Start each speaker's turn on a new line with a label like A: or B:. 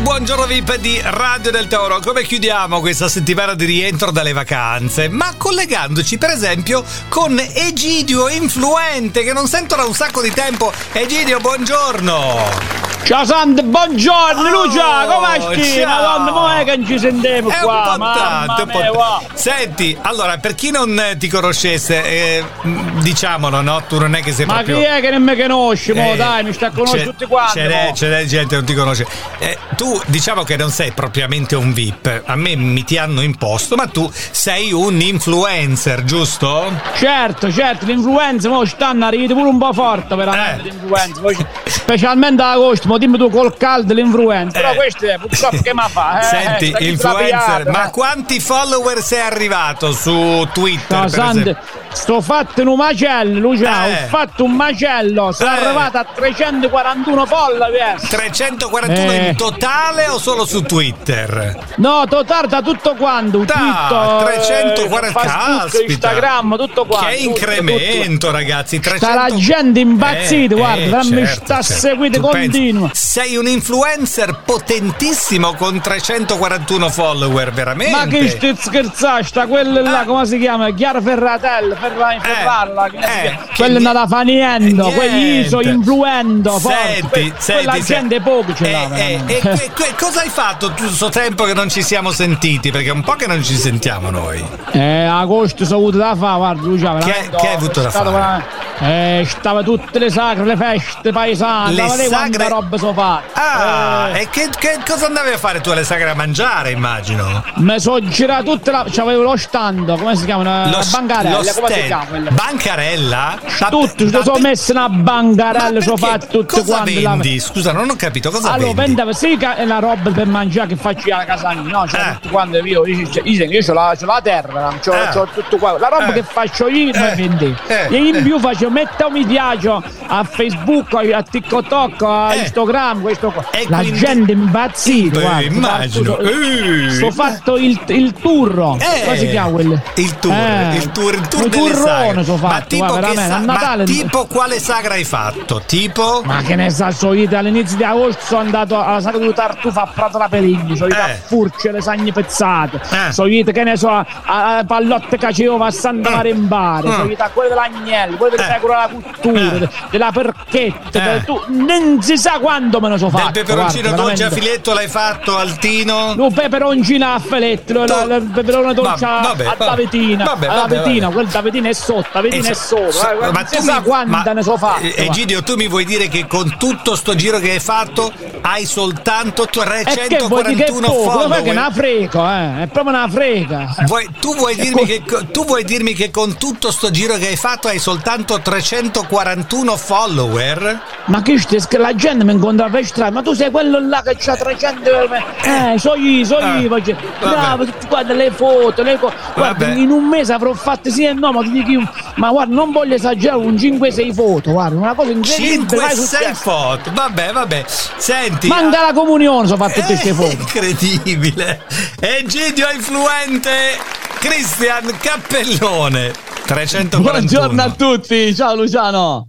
A: buongiorno VIP di Radio del Toro. Come chiudiamo questa settimana di rientro dalle vacanze? Ma collegandoci, per esempio, con Egidio Influente, che non sento da un sacco di tempo. Egidio, buongiorno.
B: Ciao Sand, buongiorno Lucia, come stai?
A: Oh, ciao.
B: Madonna, ma è che non ci sentiamo
A: È
B: Ecco qua,
A: un po'
B: mamma
A: tanto, un po'
B: mia, va.
A: tanto. Senti, allora, per chi non eh, ti conoscesse, eh, mh, diciamolo, no? Tu non è che sei
B: Ma
A: proprio...
B: chi è che non mi conosce, mo
A: Eh,
B: dai, mi sta a
A: c'è-
B: conoscere tutti quanti
A: Ce n'è,
B: mo.
A: ce n'è gente che non ti conosce. Eh, tu diciamo che non sei propriamente un VIP. A me mi ti hanno imposto, ma tu sei un influencer, giusto?
B: Certo, certo, l'influenza mo stanno arrivando pure un po' forte veramente
A: Eh.
B: l'influenza, poi c'è- specialmente ad agosto, mo dimmi tu col caldo l'influenza, però
A: Eh.
B: questo è purtroppo che mi fa, eh,
A: Senti,
B: sta chi se l'ha
A: influencer,
B: pigliata,
A: ma
B: eh.
A: quanti follower sei arrivato su Twitter?
B: No,
A: per
B: Sand,
A: esempio?
B: sto fatto in un macello, Lucia,
A: Eh.
B: ho fatto un macello, sono
A: Eh.
B: arrivato a 341 follower.
A: 341
B: Eh.
A: in totale o solo su Twitter?
B: No, totarda tutto quanto, tutto,
A: Da, 340
B: Facebook,
A: caspita.
B: Instagram, tutto quanto.
A: che
B: tutto,
A: incremento, Certo. Eh,
B: tutto.
A: ragazzi! 300...
B: Sta la gente impazzita, guarda, la mi sta a seguire
A: certo, Tu pensi,
B: continua.
A: sei un influencer potentissimo con 341 follower, veramente. Eh,
B: Ma che stai scherzando, sta quella là,
A: Ah.
B: come si chiama? Chiara Ferratello, Ferra, Ferralla, che
A: eh,
B: si chiama?
A: che
B: quella è
A: ni-
B: andata fa niente,
A: Niente.
B: quelli so influendo, forte.
A: Senti,
B: Que-
A: senti,
B: quella
A: se-
B: gente poco ce l'ha
A: Eh, eh,
B: veramente.
A: e que- que- cosa hai fatto tutto questo tempo che non ci siamo sentiti? Perché è un po' che non ci sentiamo noi.
B: Eh, agosto sono avuto da fare, guarda, Lucia, veramente,
A: che hai avuto da
B: è stato
A: fare?
B: una- eh, stava tutte le sacre, le feste paesane,
A: Le
B: le
A: sacre-
B: sacre... roba so fatte.
A: Ah,
B: Eh,
A: e che, che cosa andavi a fare tu alle sagre a mangiare, immagino?
B: Mi sono girato tutta la... C'avevo lo stand, come si chiama? Una,
A: Lo
B: la
A: s-
B: bancarella,
A: lo
B: come si
A: stand.
B: chiama quella?
A: Bancarella? Da-
B: Tutto,
A: da-
B: mi sono messo una bancarella,
A: Ma
B: sono
A: perché?
B: fatto tutte
A: cosa
B: quante.
A: vendi? Scusa, non ho capito cosa
B: Allora,
A: vendi.
B: vendeva sì che è la roba per mangiare che faccio io alla casa mia, no? C'ho
A: Eh.
B: tutto quanto io, io, c'ho- io, io c'ho, la, c'ho la terra, c'ho,
A: Eh.
B: c'ho tutto qua. La roba
A: Eh.
B: che faccio io
A: Eh.
B: mi vendevo.
A: Eh.
B: E in
A: Eh.
B: più faccio metto mi piace a Facebook, a a TikTok, a
A: Eh.
B: Instagram, questo qua.
A: E
B: la
A: quindi-
B: gente impazzita,
A: Beh,
B: guarda.
A: Eh, immagino.
B: Guarda,
A: Eh.
B: Sto fatto il, il turro.
A: Eh,
B: Come si chiama quello?
A: Il tour,
B: Eh.
A: il tour, il tour
B: Un
A: delle sagre.
B: turrone sono
A: ma
B: fatto,
A: tipo,
B: guarda,
A: che
B: veramente,
A: sa-
B: a
A: ma
B: Natale-
A: tipo quale sagra hai fatto? Tipo?
B: Ma che ne sa, sono io all'inizio di agosto sono andato alla sagra di Tartufa a Prato da Perigni, sono io
A: Eh.
B: a Furce, lasagne pezzate,
A: Eh.
B: sono io che ne so, a, a Pallotte Caceova a Santa
A: Mm.
B: Marimbare, sono
A: Mm.
B: io a quelle dell'agnello, quelle della
A: Eh.
B: pecora della cultura,
A: Eh.
B: de- della perchetta,
A: Eh.
B: de- tu, non si sa quando me lo so fatto.
A: Del peperoncino
B: guarda,
A: dolce a
B: veramente.
A: filetto l'hai fatto altino?
B: Lo peperoncino a filetto, lo-
A: To-
B: lo- il peperone dolce
A: Va-
B: a-
A: vabbè,
B: a
A: vabbè.
B: tavetina,
A: Vabbè,
B: a
A: vabbè,
B: tavetina,
A: vabbè.
B: quel tavetina è sotto, tavetina è
A: Eh, so-
B: sopra, eh, guarda, non si sa
A: ma-
B: quando ne so fatto.
A: Eh,
B: guarda.
A: Egidio, tu mi vuoi dire che con tutto sto giro che hai fatto hai soltanto
B: E Eh, che vuoi dire che è
A: 341
B: poco? Ma che è una
A: follower?
B: frega, eh? È proprio una frega.
A: Vuoi- tu, vuoi dirmi che, co- tu vuoi dirmi che con tutto sto giro che hai fatto hai soltanto 341 follower?
B: Ma che stai sch- la gente mi incontra per strada, ma tu sei quello là che c'ha 300 Eh, so io, so
A: Eh,
B: io, faccio-
A: vabbè.
B: bravo, guarda le foto, le cose. Guarda,
A: Vabbè.
B: in un mese avrò fatte sì e no, ma ti dico io- ma guarda, non voglio esagerare, un 5-6 foto, guarda, una cosa incredibile, vai
A: 5
B: su
A: 6 foto. Vabbè, vabbè. Senti.
B: Manca la comunione, sono fatte
A: eh,
B: tutte queste foto.
A: incredibile. Egidio influente Cristian Cappellone 341.
B: tutti, ciao Luciano.